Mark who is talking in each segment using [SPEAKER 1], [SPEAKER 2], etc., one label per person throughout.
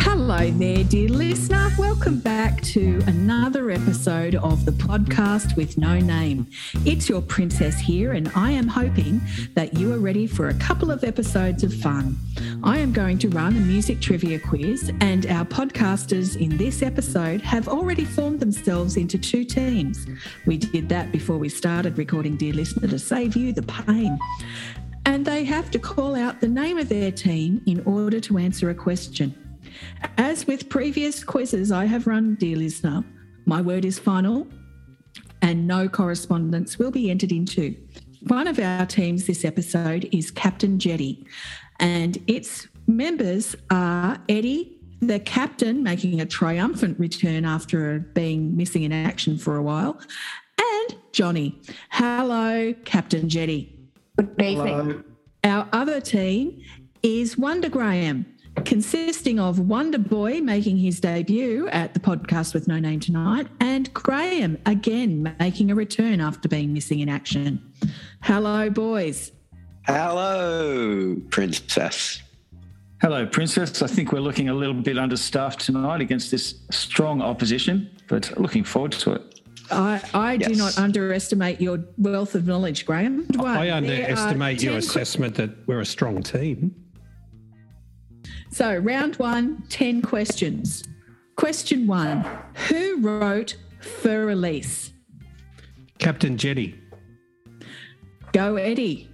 [SPEAKER 1] Hello there, dear listener. Welcome back to another episode of the podcast with no name. It's your princess here, and I am hoping that you are ready for a couple of episodes of fun. I am going to run a music trivia quiz, and our podcasters in this episode have already formed themselves into two teams. We did that before we started recording, dear listener, to save you the pain. And they have to call out the name of their team in order to answer a question. As with previous quizzes I have run, dear listener, my word is final and no correspondence will be entered into. One of our teams this episode is Captain Jetty, and its members are Eddie, the captain, making a triumphant return after being missing in action for a while, and Johnny. Hello, Captain Jetty.
[SPEAKER 2] Good evening.
[SPEAKER 3] Hello.
[SPEAKER 1] Our other team is Wonder Graham, consisting of Wonder Boy making his debut at the podcast with No Name tonight, and Graham again making a return after being missing in action. Hello, boys.
[SPEAKER 4] Hello, Princess.
[SPEAKER 3] Hello, Princess. I think we're looking a little bit understaffed tonight against this strong opposition, but looking forward to it.
[SPEAKER 1] I, I do
[SPEAKER 4] Yes.
[SPEAKER 1] not underestimate your wealth of knowledge, Graham. But
[SPEAKER 5] I
[SPEAKER 1] there are
[SPEAKER 5] underestimate your
[SPEAKER 1] 10 que-
[SPEAKER 5] assessment that we're a strong team.
[SPEAKER 1] So, round one, 10 questions. Question one Who wrote For Release?
[SPEAKER 5] Captain Jetty,
[SPEAKER 1] Go, Eddie.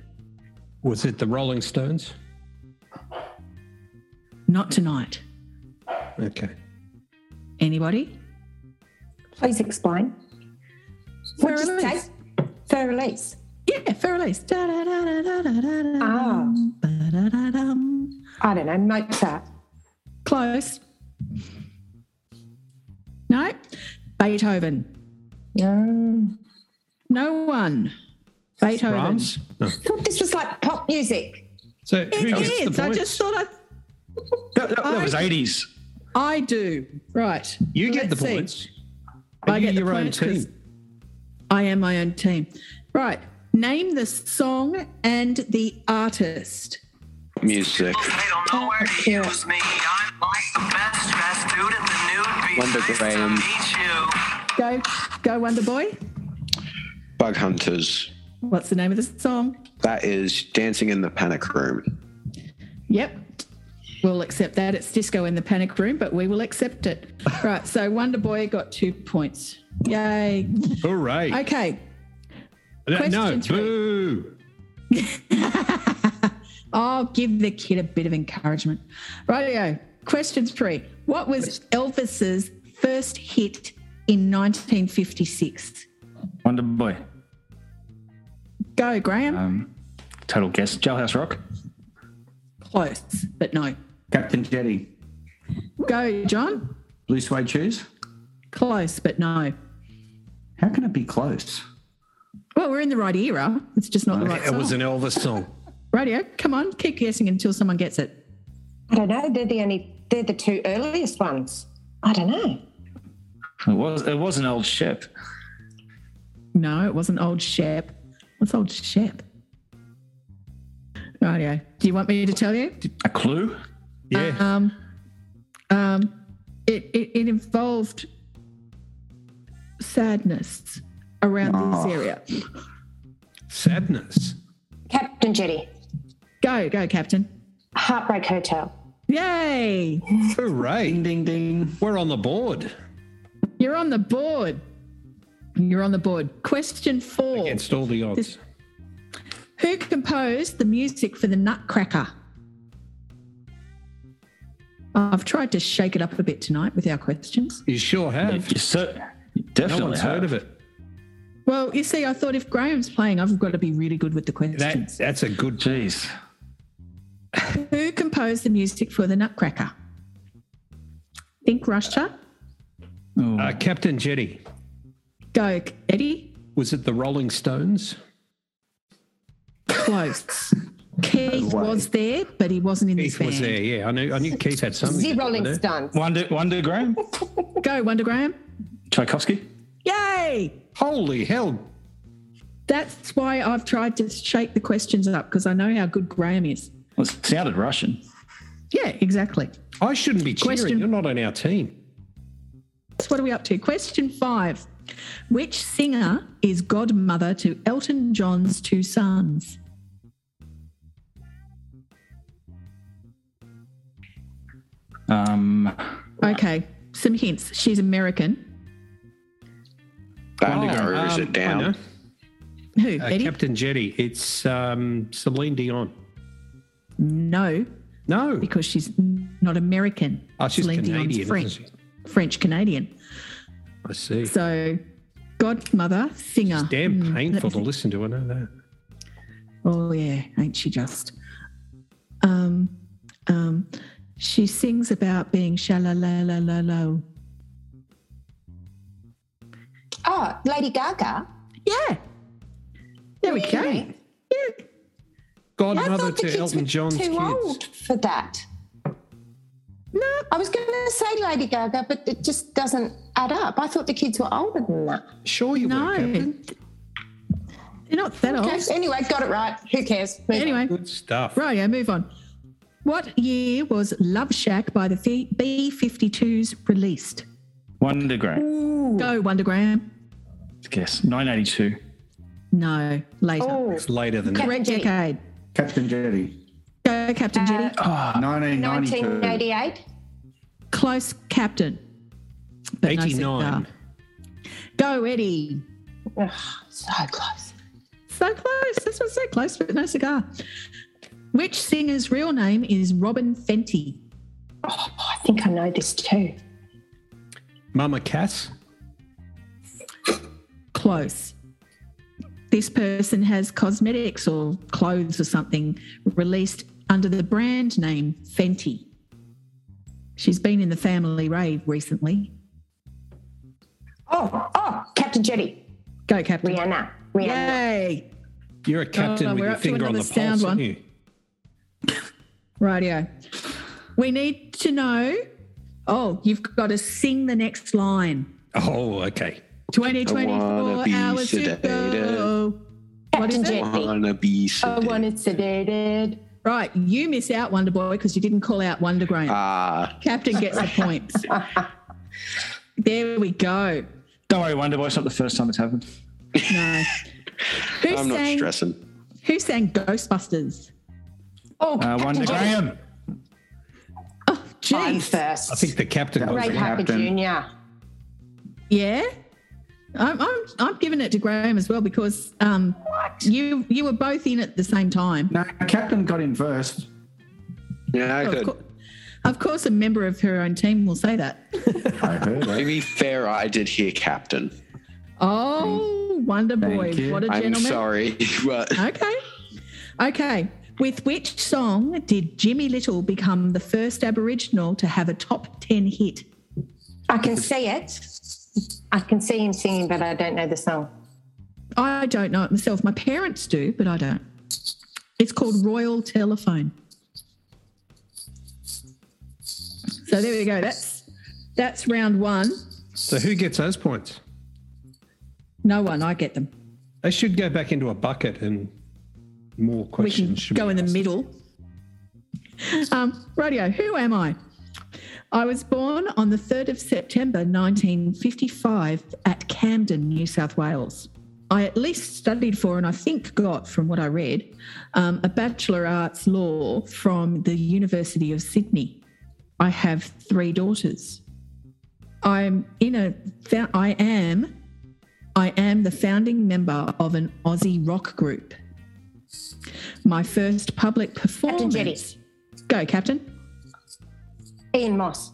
[SPEAKER 5] was it the Rolling Stones?
[SPEAKER 1] Not tonight.
[SPEAKER 5] Okay.
[SPEAKER 1] Oh, Anybody?
[SPEAKER 2] Please explain.
[SPEAKER 1] Fair
[SPEAKER 2] What'd you
[SPEAKER 1] release.
[SPEAKER 2] say? Fair release.
[SPEAKER 1] Yeah, fair release. Da, da, da, da, da, da, da, da,
[SPEAKER 2] Ah.
[SPEAKER 1] ba, da, da, dum.
[SPEAKER 2] I don't know, Mozart.
[SPEAKER 1] Close. No. Beethoven.
[SPEAKER 2] No.
[SPEAKER 1] No one. Beethoven.
[SPEAKER 5] Brahms? No.
[SPEAKER 2] I thought this was like pop music.
[SPEAKER 5] So
[SPEAKER 1] It
[SPEAKER 5] who gets
[SPEAKER 1] is.
[SPEAKER 5] the
[SPEAKER 1] I
[SPEAKER 5] points?
[SPEAKER 1] just thought I,
[SPEAKER 3] That, that- that was 80s.
[SPEAKER 1] I do. Right.
[SPEAKER 5] you get the
[SPEAKER 1] Let's see.
[SPEAKER 5] points.
[SPEAKER 1] I
[SPEAKER 5] Are you
[SPEAKER 1] get the
[SPEAKER 5] your own
[SPEAKER 1] points 'cause
[SPEAKER 5] team?
[SPEAKER 1] I am my own team. Right. Name the song and the artist.
[SPEAKER 4] Music.
[SPEAKER 6] They don't know where to
[SPEAKER 2] Yeah.
[SPEAKER 6] use me. I'm like the best dressed dude in the nude beach.
[SPEAKER 4] Wonder
[SPEAKER 6] nice
[SPEAKER 4] Graham.
[SPEAKER 6] to
[SPEAKER 1] Go,
[SPEAKER 6] meet you.
[SPEAKER 1] go, Wonder Boy.
[SPEAKER 4] Bug Hunters.
[SPEAKER 1] What's the name of the song?
[SPEAKER 4] That is Dancing in the Panic Room.
[SPEAKER 1] Yep. We'll accept that. It's disco in the panic room, but we will accept it. right. So Wonder Boy got two points. Yay.
[SPEAKER 5] Hooray.
[SPEAKER 1] Okay.
[SPEAKER 5] No, no,
[SPEAKER 1] question three.
[SPEAKER 5] boo.
[SPEAKER 1] I'll give the kid a bit of encouragement. Rightio. Question three. What was Elvis's first hit in 1956?
[SPEAKER 3] Wonder Boy.
[SPEAKER 1] Go, Graham.
[SPEAKER 3] Um, total guess. Jailhouse Rock.
[SPEAKER 1] Close, but no.
[SPEAKER 7] Captain Jetty,
[SPEAKER 1] Go, John.
[SPEAKER 7] blue suede shoes.
[SPEAKER 1] Close, but no.
[SPEAKER 7] How can it be close?
[SPEAKER 1] Well, we're in the right era. It's just not the right
[SPEAKER 5] It
[SPEAKER 1] song.
[SPEAKER 5] was an Elvis song.
[SPEAKER 1] Radio. Come on. Keep guessing until someone gets it.
[SPEAKER 2] I don't know. They're the only. They're the two earliest ones. I don't know.
[SPEAKER 3] It was, it was an old ship.
[SPEAKER 1] No, it wasn't old Shep. What's old Shep? Rightio. Do you want me to tell you?
[SPEAKER 3] A clue?
[SPEAKER 5] Yeah.
[SPEAKER 1] Um, um, it, it, it involved sadness around this area.
[SPEAKER 5] Sadness.
[SPEAKER 2] Captain Jetty,
[SPEAKER 1] Go, go, Captain.
[SPEAKER 2] Heartbreak Hotel.
[SPEAKER 1] Yay.
[SPEAKER 5] Hooray.
[SPEAKER 7] Ding, ding, ding.
[SPEAKER 5] We're on the board
[SPEAKER 1] You're on the board. You're on the board. Question four
[SPEAKER 5] against all the odds.
[SPEAKER 1] This- Who composed the music for the Nutcracker? I've tried to shake it up a bit tonight with our questions.
[SPEAKER 5] you sure have.
[SPEAKER 3] You cer- you
[SPEAKER 5] No
[SPEAKER 3] definitely
[SPEAKER 5] one's
[SPEAKER 3] have.
[SPEAKER 5] heard of it.
[SPEAKER 1] Well, you see, I thought if Graham's playing, I've got to be really good with the
[SPEAKER 5] That,
[SPEAKER 1] questions.
[SPEAKER 5] that's a good.
[SPEAKER 3] Jeez.
[SPEAKER 1] Who composed the music for the Nutcracker? Think Russia.
[SPEAKER 3] Oh,
[SPEAKER 5] Uh, Captain Jetty,
[SPEAKER 1] Go, Eddie.
[SPEAKER 5] was it the Rolling Stones?
[SPEAKER 1] close. Keith
[SPEAKER 7] way.
[SPEAKER 1] was there, but he wasn't in this
[SPEAKER 5] Keith
[SPEAKER 1] band.
[SPEAKER 5] was there. Yeah, I knew. I knew Keith had something.
[SPEAKER 2] The Rolling
[SPEAKER 5] wasn't it?
[SPEAKER 2] Stones.
[SPEAKER 3] Wonder, Wonder Graham,
[SPEAKER 1] Go, Wonder Graham.
[SPEAKER 3] Tchaikovsky.
[SPEAKER 1] Yay!
[SPEAKER 5] Holy hell!
[SPEAKER 1] That's why I've tried to shake the questions up because I know how good Graham is.
[SPEAKER 3] Well, it sounded Russian.
[SPEAKER 1] Yeah, exactly.
[SPEAKER 5] I shouldn't be cheering.
[SPEAKER 1] Question.
[SPEAKER 5] You're not on our team.
[SPEAKER 1] So what are we up to? Question five. Which singer is godmother to Elton John's two sons?
[SPEAKER 3] Um,
[SPEAKER 1] Okay, some hints. She's American.
[SPEAKER 4] Bound to go, Oh. is
[SPEAKER 5] um,
[SPEAKER 4] it
[SPEAKER 5] I
[SPEAKER 4] down?
[SPEAKER 5] know.
[SPEAKER 1] Who?
[SPEAKER 5] Uh,
[SPEAKER 1] Eddie?
[SPEAKER 5] Captain Jetty. It's um, Celine Dion.
[SPEAKER 1] No,
[SPEAKER 5] No,
[SPEAKER 1] because she's n- not American.
[SPEAKER 5] oh, she's
[SPEAKER 1] Celine Dion's
[SPEAKER 5] Canadian.
[SPEAKER 1] French,
[SPEAKER 5] Isn't she?
[SPEAKER 1] French Canadian.
[SPEAKER 5] I see.
[SPEAKER 1] So, godmother, singer.
[SPEAKER 5] Damn
[SPEAKER 1] Hmm, let me
[SPEAKER 5] painful to
[SPEAKER 1] think.
[SPEAKER 5] listen to. I know that.
[SPEAKER 1] Oh yeah, ain't she just? Um, um, she sings about being shalalalalalalo.
[SPEAKER 2] Oh, Lady Gaga.
[SPEAKER 1] Yeah. There we go. Yeah.
[SPEAKER 2] I
[SPEAKER 5] Godmother
[SPEAKER 2] thought the
[SPEAKER 5] to
[SPEAKER 2] kids
[SPEAKER 5] Elton
[SPEAKER 2] were
[SPEAKER 5] John's
[SPEAKER 2] too
[SPEAKER 5] kids.
[SPEAKER 2] old for that.
[SPEAKER 1] No.
[SPEAKER 2] I was going to say Lady Gaga, but it just doesn't add up. I thought the kids were older than that.
[SPEAKER 5] Sure, you
[SPEAKER 1] No.
[SPEAKER 5] were.
[SPEAKER 1] They're
[SPEAKER 5] Captain.
[SPEAKER 1] not that
[SPEAKER 2] Okay.
[SPEAKER 1] old.
[SPEAKER 2] Anyway, got it right. Who cares? Move on.
[SPEAKER 1] Anyway,
[SPEAKER 5] Good stuff.
[SPEAKER 1] Rightio, move on. What year was Love Shack by the B 52s released?
[SPEAKER 3] Wonder Graham.
[SPEAKER 1] Go, Wondergram.
[SPEAKER 3] Guess 1982.
[SPEAKER 1] No, later.
[SPEAKER 2] Oh,
[SPEAKER 5] It's later than that.
[SPEAKER 1] Correct
[SPEAKER 2] Captain Jetty.
[SPEAKER 1] decade.
[SPEAKER 7] Captain Jetty.
[SPEAKER 1] Go, Captain Jetty.
[SPEAKER 2] Uh,
[SPEAKER 3] Oh,
[SPEAKER 7] 1992.
[SPEAKER 2] 1988.
[SPEAKER 1] Close captain. But no cigar.
[SPEAKER 5] 89.
[SPEAKER 1] Go, Eddie.
[SPEAKER 2] Ugh, so close.
[SPEAKER 1] So close. This was so close, but no cigar. Which singer's real name is Robin Fenty?
[SPEAKER 2] Oh, I think I know this too.
[SPEAKER 5] Mama Cass.
[SPEAKER 1] Close. This person has cosmetics or clothes or something released under the brand name Fenty. She's been in the family rave recently.
[SPEAKER 2] Oh, oh, Captain Jetty.
[SPEAKER 1] Go, Captain.
[SPEAKER 2] Rihanna. Rihanna.
[SPEAKER 1] Yay.
[SPEAKER 5] You're a captain
[SPEAKER 1] no, Oh,
[SPEAKER 5] with
[SPEAKER 1] we're
[SPEAKER 5] your
[SPEAKER 1] up to
[SPEAKER 5] finger on the
[SPEAKER 1] another
[SPEAKER 5] pulse,
[SPEAKER 1] sound one.
[SPEAKER 5] aren't you?
[SPEAKER 1] Radio. We need to know. Oh, you've got to sing the next line.
[SPEAKER 5] Oh, okay.
[SPEAKER 1] 2024
[SPEAKER 4] be
[SPEAKER 1] hours to
[SPEAKER 4] sedated.
[SPEAKER 1] go. What is
[SPEAKER 2] Captain
[SPEAKER 1] it?
[SPEAKER 2] Jetty.
[SPEAKER 4] Wanna
[SPEAKER 2] I
[SPEAKER 4] be
[SPEAKER 1] Oh,
[SPEAKER 4] sedated.
[SPEAKER 2] wanted sedated.
[SPEAKER 1] Right, you miss out, Wonder Boy, because you didn't call out Wonder Graham.
[SPEAKER 4] Ah,
[SPEAKER 1] Captain gets the points. there we go.
[SPEAKER 3] don't worry, Wonder Boy. It's not the first time it's happened.
[SPEAKER 1] No. Who
[SPEAKER 4] I'm not
[SPEAKER 1] sang,
[SPEAKER 4] stressing.
[SPEAKER 1] Who sang Ghostbusters?
[SPEAKER 2] Oh,
[SPEAKER 3] Uh,
[SPEAKER 2] Captain
[SPEAKER 3] Wonder
[SPEAKER 2] Jetty.
[SPEAKER 3] Graham.
[SPEAKER 1] Oh,
[SPEAKER 2] I'm
[SPEAKER 1] jeez.
[SPEAKER 2] first.
[SPEAKER 5] I think the captain
[SPEAKER 7] That
[SPEAKER 5] was.
[SPEAKER 7] was
[SPEAKER 2] Ray
[SPEAKER 7] it
[SPEAKER 2] Parker
[SPEAKER 7] happened.
[SPEAKER 2] Jr.
[SPEAKER 1] Yeah. I'm, I'm, I'm giving it to Graham as well because um, you you were both in at the same time.
[SPEAKER 7] No, Captain got in first.
[SPEAKER 4] Yeah,
[SPEAKER 1] Of,
[SPEAKER 4] good.
[SPEAKER 1] cour- of course, a member of her own team will say that.
[SPEAKER 7] I heard
[SPEAKER 4] To
[SPEAKER 7] it.
[SPEAKER 4] be fair, I did hear Captain.
[SPEAKER 1] Oh, Wonder Boy.
[SPEAKER 7] Thank you.
[SPEAKER 1] What a
[SPEAKER 4] I'm
[SPEAKER 1] gentleman.
[SPEAKER 4] sorry, but
[SPEAKER 1] Okay. Okay. With which song did Jimmy Little become the first Aboriginal to have a top 10 hit?
[SPEAKER 2] I can see it. I can see him singing, but I don't know the song.
[SPEAKER 1] I don't know it myself. My parents do, but I don't. It's called Royal Telephone. So there we go. That's that's round one.
[SPEAKER 5] So who gets those points?
[SPEAKER 1] No one, I get them.
[SPEAKER 5] They should go back into a bucket and more
[SPEAKER 1] We
[SPEAKER 5] questions
[SPEAKER 1] can
[SPEAKER 5] should
[SPEAKER 1] go
[SPEAKER 5] be
[SPEAKER 1] in the
[SPEAKER 5] asked.
[SPEAKER 1] middle. Um, radio, who am I? I was born on the 3rd of September 1955 at Camden, New South Wales. I at least studied for, and I think got from what I read, um, a Bachelor Arts Law from the University of Sydney. I have three daughters. I'm in a, fo- I am, I am the founding member of an Aussie rock group. My first public performance.
[SPEAKER 2] Captain Jetty.
[SPEAKER 1] Go, Captain.
[SPEAKER 2] Ian Moss.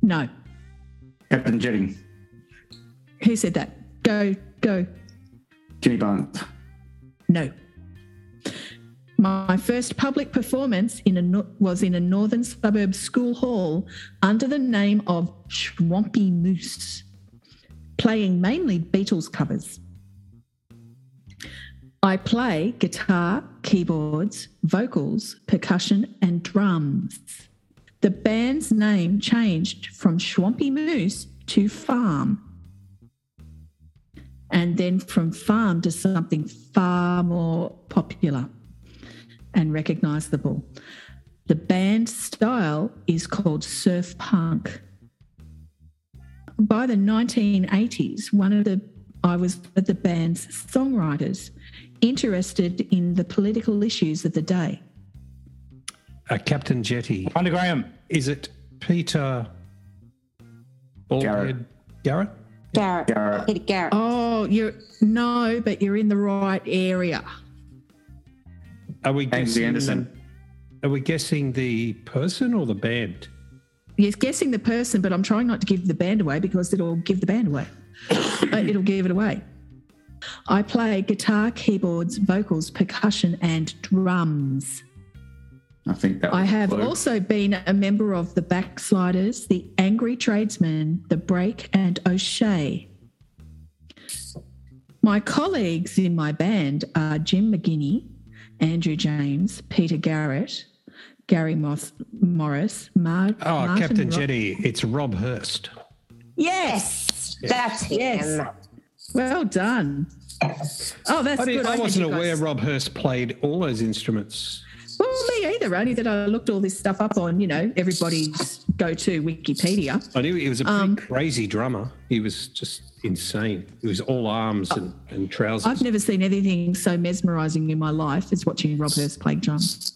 [SPEAKER 1] No.
[SPEAKER 7] Captain Jetty.
[SPEAKER 1] Who said that? Go, go.
[SPEAKER 7] Jimmy Barnes.
[SPEAKER 1] No. My first public performance in a no- was in a northern suburb school hall under the name of Schwampy Moose, playing mainly Beatles covers. I play guitar, keyboards, vocals, percussion, and drums. The band's name changed from Swampy Moose to Farm. And then from Farm to something far more popular and recognizable. The band style is called surf punk. By the 1980s, one of the I was one of the band's songwriters, interested in the political issues of the day.
[SPEAKER 5] Uh, Captain Jetty.
[SPEAKER 3] Wonder Graham.
[SPEAKER 5] Is it Peter Baldhead Garrett?
[SPEAKER 2] Garrett.
[SPEAKER 7] Garrett.
[SPEAKER 2] Peter Garrett.
[SPEAKER 1] Oh, you're no, but you're in the right area.
[SPEAKER 5] Are we
[SPEAKER 7] Ainsley
[SPEAKER 5] guessing,
[SPEAKER 7] Anderson.
[SPEAKER 5] Are we guessing the person or the band?
[SPEAKER 1] Yes, guessing the person, but I'm trying not to give the band away because it'll give the band away. Uh, it'll give it away. I play guitar, keyboards, vocals, percussion, and drums.
[SPEAKER 7] I think that.
[SPEAKER 1] I
[SPEAKER 7] was a
[SPEAKER 1] have
[SPEAKER 7] clue.
[SPEAKER 1] also been a member of the Backsliders, the Angry Tradesmen, the Break, and O'Shea. My colleagues in my band are Jim McGinney, Andrew James, Peter Garrett, Gary Moss, Morris, Mar-
[SPEAKER 5] Oh,
[SPEAKER 1] Martin
[SPEAKER 5] Captain
[SPEAKER 1] Ro-
[SPEAKER 5] Jetty. It's Rob Hurst.
[SPEAKER 2] Yes. That's him.
[SPEAKER 1] Yes. Well done. Oh, that's
[SPEAKER 5] I,
[SPEAKER 1] good.
[SPEAKER 5] didn't, I
[SPEAKER 1] did
[SPEAKER 5] wasn't
[SPEAKER 1] you
[SPEAKER 5] aware
[SPEAKER 1] guys-
[SPEAKER 5] Rob Hurst played all those instruments.
[SPEAKER 1] Well, me either. Only that I looked all this stuff up on, you know, everybody's go-to Wikipedia.
[SPEAKER 5] I knew he was a pretty
[SPEAKER 1] Um,
[SPEAKER 5] crazy drummer. He was just insane. He was all arms and, and trousers.
[SPEAKER 1] I've never seen anything so mesmerising in my life as watching Rob Hurst play drums.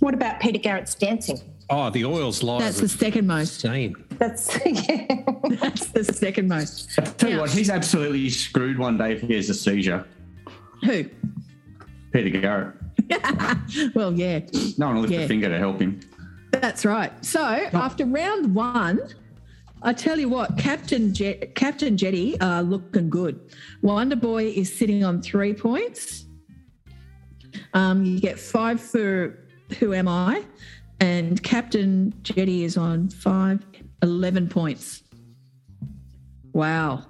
[SPEAKER 2] What about Peter Garrett's dancing?
[SPEAKER 5] oh, the oil's live.
[SPEAKER 1] That's the
[SPEAKER 5] was
[SPEAKER 1] second most.
[SPEAKER 5] insane.
[SPEAKER 2] That's yeah.
[SPEAKER 1] That's the second most.
[SPEAKER 7] I tell you what, he's absolutely screwed one day if he has a seizure.
[SPEAKER 1] Who?
[SPEAKER 7] Peter Garrett.
[SPEAKER 1] Well, yeah,
[SPEAKER 7] No one will lift
[SPEAKER 1] Yeah.
[SPEAKER 7] a finger to help him.
[SPEAKER 1] that's right. So after round one, I tell you what, Captain Jet, Captain Jetty are looking good. Wonder Boy is sitting on three points. Um, you get five for Who Am I, and Captain Jetty is on five, 11 points. Wow.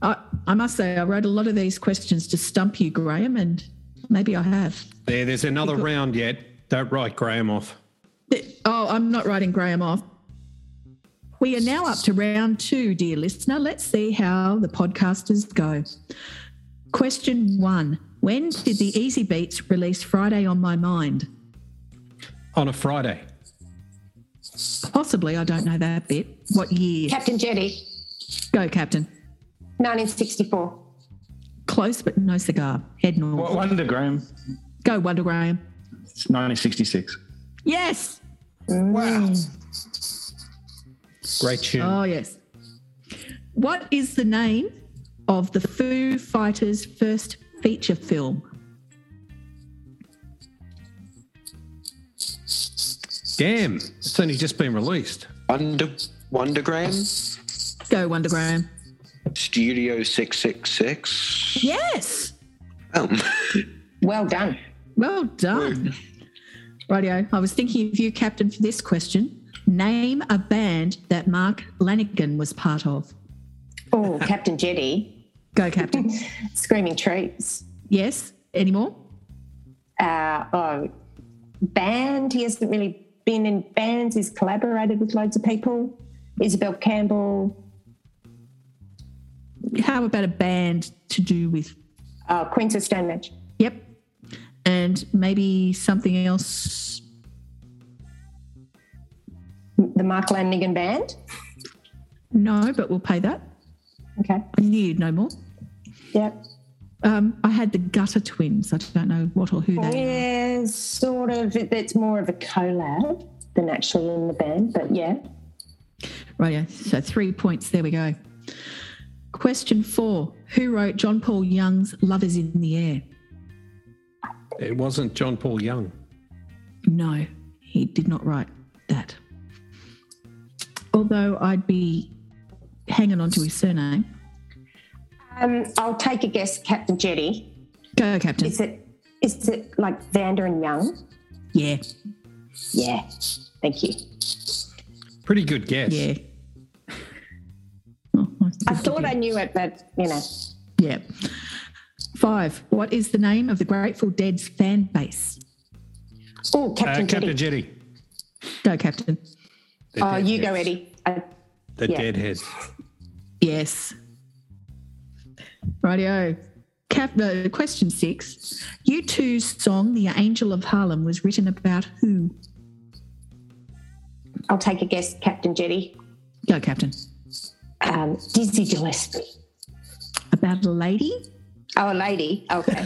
[SPEAKER 1] I, I must say, I wrote a lot of these questions to stump you, Graham, and maybe I have.
[SPEAKER 5] There, there's another round yet. Don't write Graham off.
[SPEAKER 1] Oh, I'm not writing Graham off. We are now up to round two, dear listener. Let's see how the podcasters go. Question one When did the Easy Beats release Friday on My Mind?
[SPEAKER 5] On a Friday.
[SPEAKER 1] Possibly, I don't know that bit. What year?
[SPEAKER 2] Captain Jetty,
[SPEAKER 1] go, Captain.
[SPEAKER 2] 1964.
[SPEAKER 1] Close, but no cigar. Head north.
[SPEAKER 3] W- Wonder Graham.
[SPEAKER 1] Go, Wonder Graham.
[SPEAKER 3] It's 1966.
[SPEAKER 1] Yes.
[SPEAKER 5] Great tune.
[SPEAKER 1] Oh, yes. What is the name of the Foo Fighters' first feature film?
[SPEAKER 5] Damn, it's only just been released.
[SPEAKER 4] Wonder Wondergram
[SPEAKER 1] Go, Wonder Graham.
[SPEAKER 4] Studio Six Six Six.
[SPEAKER 1] Yes.
[SPEAKER 4] Um,
[SPEAKER 2] Well done.
[SPEAKER 1] Well done. Radio. I was thinking of you, Captain, for this question. Name a band that Mark Lanigan was part of.
[SPEAKER 2] Oh, Captain Jetty,
[SPEAKER 1] Go, Captain.
[SPEAKER 2] Screaming Trees.
[SPEAKER 1] yes. Any more?
[SPEAKER 2] Uh, oh, band. He hasn't really been in bands. He's collaborated with loads of people. Isabel Campbell,
[SPEAKER 1] How about a band to do with?
[SPEAKER 2] uh, Queens of Stone Age.
[SPEAKER 1] Yep. And maybe something else.
[SPEAKER 2] The Mark Lanigan Band.
[SPEAKER 1] No, but we'll pay that.
[SPEAKER 2] Okay.
[SPEAKER 1] I knew you'd know more.
[SPEAKER 2] Yep.
[SPEAKER 1] Um, I had the Gutter Twins. I don't know what or who
[SPEAKER 2] Oh,
[SPEAKER 1] they are.
[SPEAKER 2] Yeah, sort of. it- It's more of a collab than actually in the band, but yeah.
[SPEAKER 1] Radio. So three points. There we go. Question four Who wrote John Paul Young's Lovers in the Air?
[SPEAKER 5] It wasn't John Paul Young.
[SPEAKER 1] No, he did not write that. Although I'd be hanging on to his surname.
[SPEAKER 2] Um, I'll take a guess, Captain Jetty.
[SPEAKER 1] Go, Captain.
[SPEAKER 2] Is it is it like Vander and Young?
[SPEAKER 1] Yeah,
[SPEAKER 2] Yeah. Thank you.
[SPEAKER 5] Pretty good guess.
[SPEAKER 1] yeah. Oh,
[SPEAKER 2] I thought I knew it, but you know.
[SPEAKER 1] Yeah. Five. What is the name of the Grateful Dead's fan base?
[SPEAKER 2] Oh,
[SPEAKER 5] Uh,
[SPEAKER 2] Captain,
[SPEAKER 5] Captain
[SPEAKER 2] Kitty.
[SPEAKER 5] Jetty.
[SPEAKER 1] Go, Captain.
[SPEAKER 5] The
[SPEAKER 2] Oh, you go,
[SPEAKER 5] Deadheads.
[SPEAKER 2] Eddie. I,
[SPEAKER 5] The
[SPEAKER 2] Yeah.
[SPEAKER 5] Deadheads.
[SPEAKER 1] Yes. Rightio. Cap- uh, question six. U2's song The Angel of Harlem was written about who?
[SPEAKER 2] I'll take a guess, Captain Jetty.
[SPEAKER 1] Go, Captain.
[SPEAKER 2] Um, Dizzy Gillespie.
[SPEAKER 1] About a lady?
[SPEAKER 2] Oh, a lady. Okay.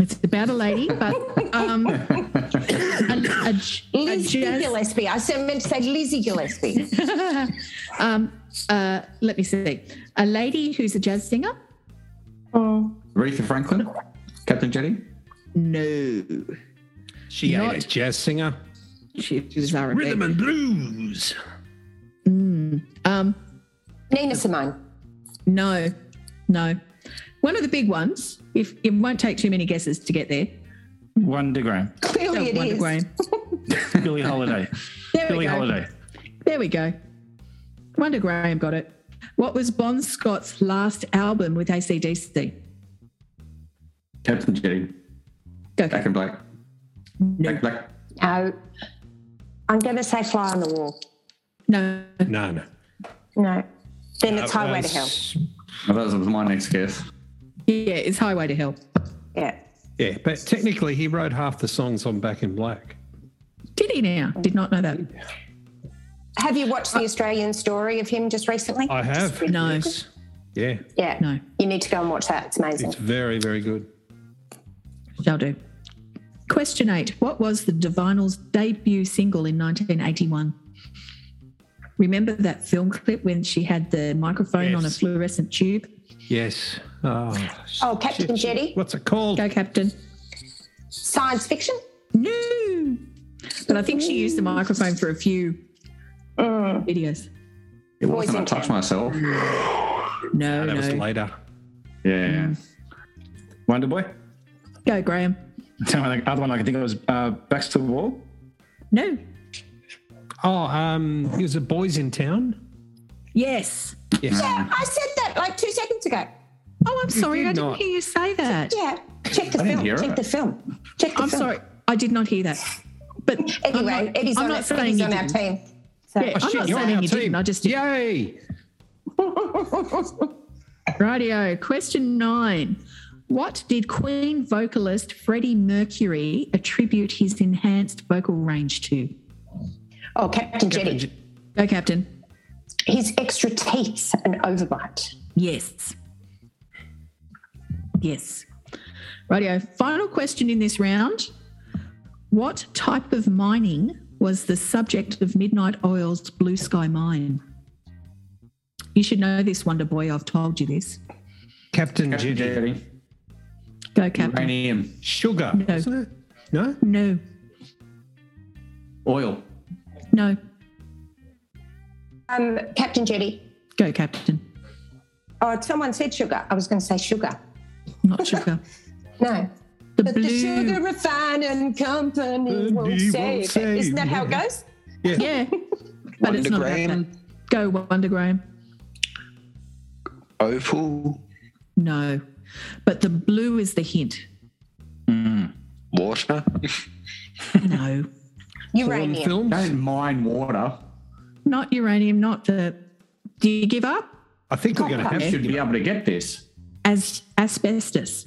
[SPEAKER 1] It's about a lady, but um, an- a, j- a
[SPEAKER 2] Lizzie
[SPEAKER 1] jazz-
[SPEAKER 2] Gillespie. I said- meant to say Lizzie Gillespie.
[SPEAKER 1] uh, let me see. A lady who's a jazz singer?
[SPEAKER 7] Aretha Franklin, Captain Jetty.
[SPEAKER 1] No.
[SPEAKER 5] She
[SPEAKER 1] Not-
[SPEAKER 5] ain't a jazz singer.
[SPEAKER 1] She, she was R&B.
[SPEAKER 5] Rhythm and blues.
[SPEAKER 1] Um,
[SPEAKER 2] Nina Simone.
[SPEAKER 1] no, no. One of the big ones, if it won't take too many guesses to get there.
[SPEAKER 3] Wondergram.
[SPEAKER 1] Oh,
[SPEAKER 2] Clearly it
[SPEAKER 1] Wonder
[SPEAKER 2] is.
[SPEAKER 1] Graham.
[SPEAKER 3] Billie Holiday.
[SPEAKER 1] There we
[SPEAKER 3] Billie
[SPEAKER 1] go.
[SPEAKER 3] Holiday.
[SPEAKER 1] There we go. Wonder Graham got it. What was Bon Scott's last album with ACDC?
[SPEAKER 7] Captain Jetty.
[SPEAKER 1] Go,
[SPEAKER 7] Back
[SPEAKER 1] Captain.
[SPEAKER 7] in black. Back, black.
[SPEAKER 2] No. Uh, I'm going to say Fly on the Wall.
[SPEAKER 1] No,
[SPEAKER 5] No, no.
[SPEAKER 2] No. Then it's
[SPEAKER 5] Uh,
[SPEAKER 2] Highway to
[SPEAKER 5] uh,
[SPEAKER 2] Hell.
[SPEAKER 7] Oh, that was my next guess.
[SPEAKER 1] yeah, it's Highway to Hell.
[SPEAKER 2] Yeah.
[SPEAKER 5] Yeah, but technically he wrote half the songs on Back in Black.
[SPEAKER 1] Did he now? Did not know that.
[SPEAKER 2] Have you watched the Australian story of him just recently?
[SPEAKER 5] I have.
[SPEAKER 1] No.
[SPEAKER 5] Yes. Yeah,
[SPEAKER 2] Yeah.
[SPEAKER 1] No.
[SPEAKER 2] You need to go and watch that. It's amazing.
[SPEAKER 5] it's very, very good.
[SPEAKER 1] Shall do. Question eight. What was the Divinals debut single in 1981? Remember that film clip when she had the microphone on a
[SPEAKER 5] Yes.
[SPEAKER 1] fluorescent tube?
[SPEAKER 5] Yes. Oh,
[SPEAKER 2] Oh, Captain Jetty.
[SPEAKER 5] what's it called?
[SPEAKER 1] Go, Captain.
[SPEAKER 2] Science fiction?
[SPEAKER 1] No. But I think she used the microphone for a few videos.
[SPEAKER 7] It wasn't I
[SPEAKER 2] in
[SPEAKER 7] touched
[SPEAKER 2] Town.
[SPEAKER 7] myself.
[SPEAKER 1] No,
[SPEAKER 5] that was
[SPEAKER 1] no.
[SPEAKER 5] later.
[SPEAKER 7] Yeah.
[SPEAKER 3] Wonderboy.
[SPEAKER 1] Go, Graham.
[SPEAKER 3] The other one I can think of was uh, Backs to the Wall.
[SPEAKER 1] No.
[SPEAKER 5] Oh, um, it was a Boys in Town. Oh,
[SPEAKER 1] Yes.
[SPEAKER 5] Yes.
[SPEAKER 2] Yeah, I said that like two seconds ago.
[SPEAKER 1] Oh, I'm sorry.
[SPEAKER 5] did
[SPEAKER 1] I didn't
[SPEAKER 5] not.
[SPEAKER 1] hear you say that.
[SPEAKER 2] Yeah. Check the
[SPEAKER 7] I didn't
[SPEAKER 2] film.
[SPEAKER 7] hear
[SPEAKER 2] Check
[SPEAKER 7] it.
[SPEAKER 2] the film. Check the
[SPEAKER 1] I'm
[SPEAKER 2] film.
[SPEAKER 1] sorry. I did not hear that. But I'm
[SPEAKER 2] Anyway,
[SPEAKER 1] not,
[SPEAKER 2] Eddie's
[SPEAKER 1] I'm
[SPEAKER 2] on,
[SPEAKER 1] not
[SPEAKER 2] it.
[SPEAKER 1] saying
[SPEAKER 2] Eddie's
[SPEAKER 1] you
[SPEAKER 2] on our
[SPEAKER 1] didn't.
[SPEAKER 2] team. So.
[SPEAKER 1] Yeah. I'm not
[SPEAKER 5] you're on
[SPEAKER 1] saying
[SPEAKER 5] our
[SPEAKER 1] you didn't, I just didn't.
[SPEAKER 5] Yay!
[SPEAKER 1] Radio. Question nine. What did Queen vocalist Freddie Mercury attribute his enhanced vocal range to?
[SPEAKER 2] Oh, Captain Jetty.
[SPEAKER 1] Go, Captain.
[SPEAKER 2] His extra teeth and overbite.
[SPEAKER 1] Yes. Yes. Radio. Final question in this round. What type of mining was the subject of Midnight Oil's Blue Sky Mine? You should know this, Wonder Boy. I've told you this.
[SPEAKER 5] Captain
[SPEAKER 7] Captain
[SPEAKER 5] Jetty.
[SPEAKER 7] Jetty.
[SPEAKER 1] Go, Captain.
[SPEAKER 7] Uranium.
[SPEAKER 5] Sugar.
[SPEAKER 1] No.
[SPEAKER 5] wasn't it? No?
[SPEAKER 1] No,
[SPEAKER 7] Oil.
[SPEAKER 1] no.
[SPEAKER 2] Um, Captain Jetty.
[SPEAKER 1] Go, Captain.
[SPEAKER 2] Oh, someone said sugar. I was going to say sugar.
[SPEAKER 1] Not sugar.
[SPEAKER 2] No.
[SPEAKER 1] The
[SPEAKER 2] But the sugar refining company
[SPEAKER 5] Company
[SPEAKER 2] won't save,
[SPEAKER 5] won't save
[SPEAKER 2] it. Isn't that how it
[SPEAKER 5] it.
[SPEAKER 2] goes?
[SPEAKER 1] Yeah. But it's not about that.
[SPEAKER 4] Wondergram.
[SPEAKER 1] Go Wonder Graham.
[SPEAKER 4] Opal.
[SPEAKER 1] No. But the blue is the hint.
[SPEAKER 4] Water.
[SPEAKER 1] No.
[SPEAKER 5] Porn
[SPEAKER 2] Uranium.
[SPEAKER 5] films?
[SPEAKER 7] Don't mine water.
[SPEAKER 1] Not uranium, not the do you give up?
[SPEAKER 5] I think we're going to
[SPEAKER 7] You
[SPEAKER 5] have
[SPEAKER 7] should
[SPEAKER 5] to.
[SPEAKER 7] be able to get this.
[SPEAKER 1] As asbestos.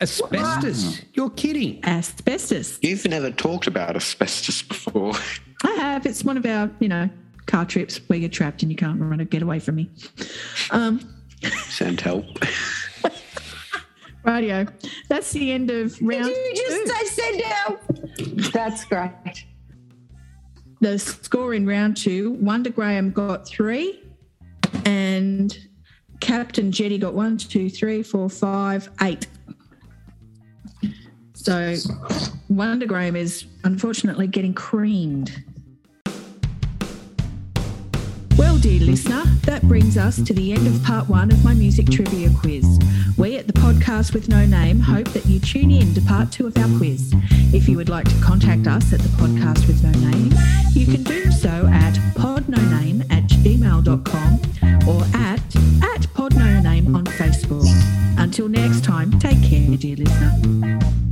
[SPEAKER 5] Asbestos. You're kidding.
[SPEAKER 1] Asbestos.
[SPEAKER 4] You've never talked about asbestos before.
[SPEAKER 1] I have. It's one of our, you know, car trips where you're trapped and you can't run or get away from me.
[SPEAKER 4] Send help.
[SPEAKER 1] Radio. That's the end of round.
[SPEAKER 2] You
[SPEAKER 1] two.
[SPEAKER 2] just say send out. That's great.
[SPEAKER 1] the score in round two Wonder Graham got three, and Captain Jetty got one, two, three, four, five, eight. So Wonder Graham is unfortunately getting creamed. Well, dear listener, that brings us to the end of part one of my music trivia quiz. We at the podcast with no name hope that you tune in to part two of our quiz. If you would like to contact us at the podcast with no name, you can do so at podnoname at gmail.com or at, at podnoname on Facebook. Until Until next time, take care, dear listener.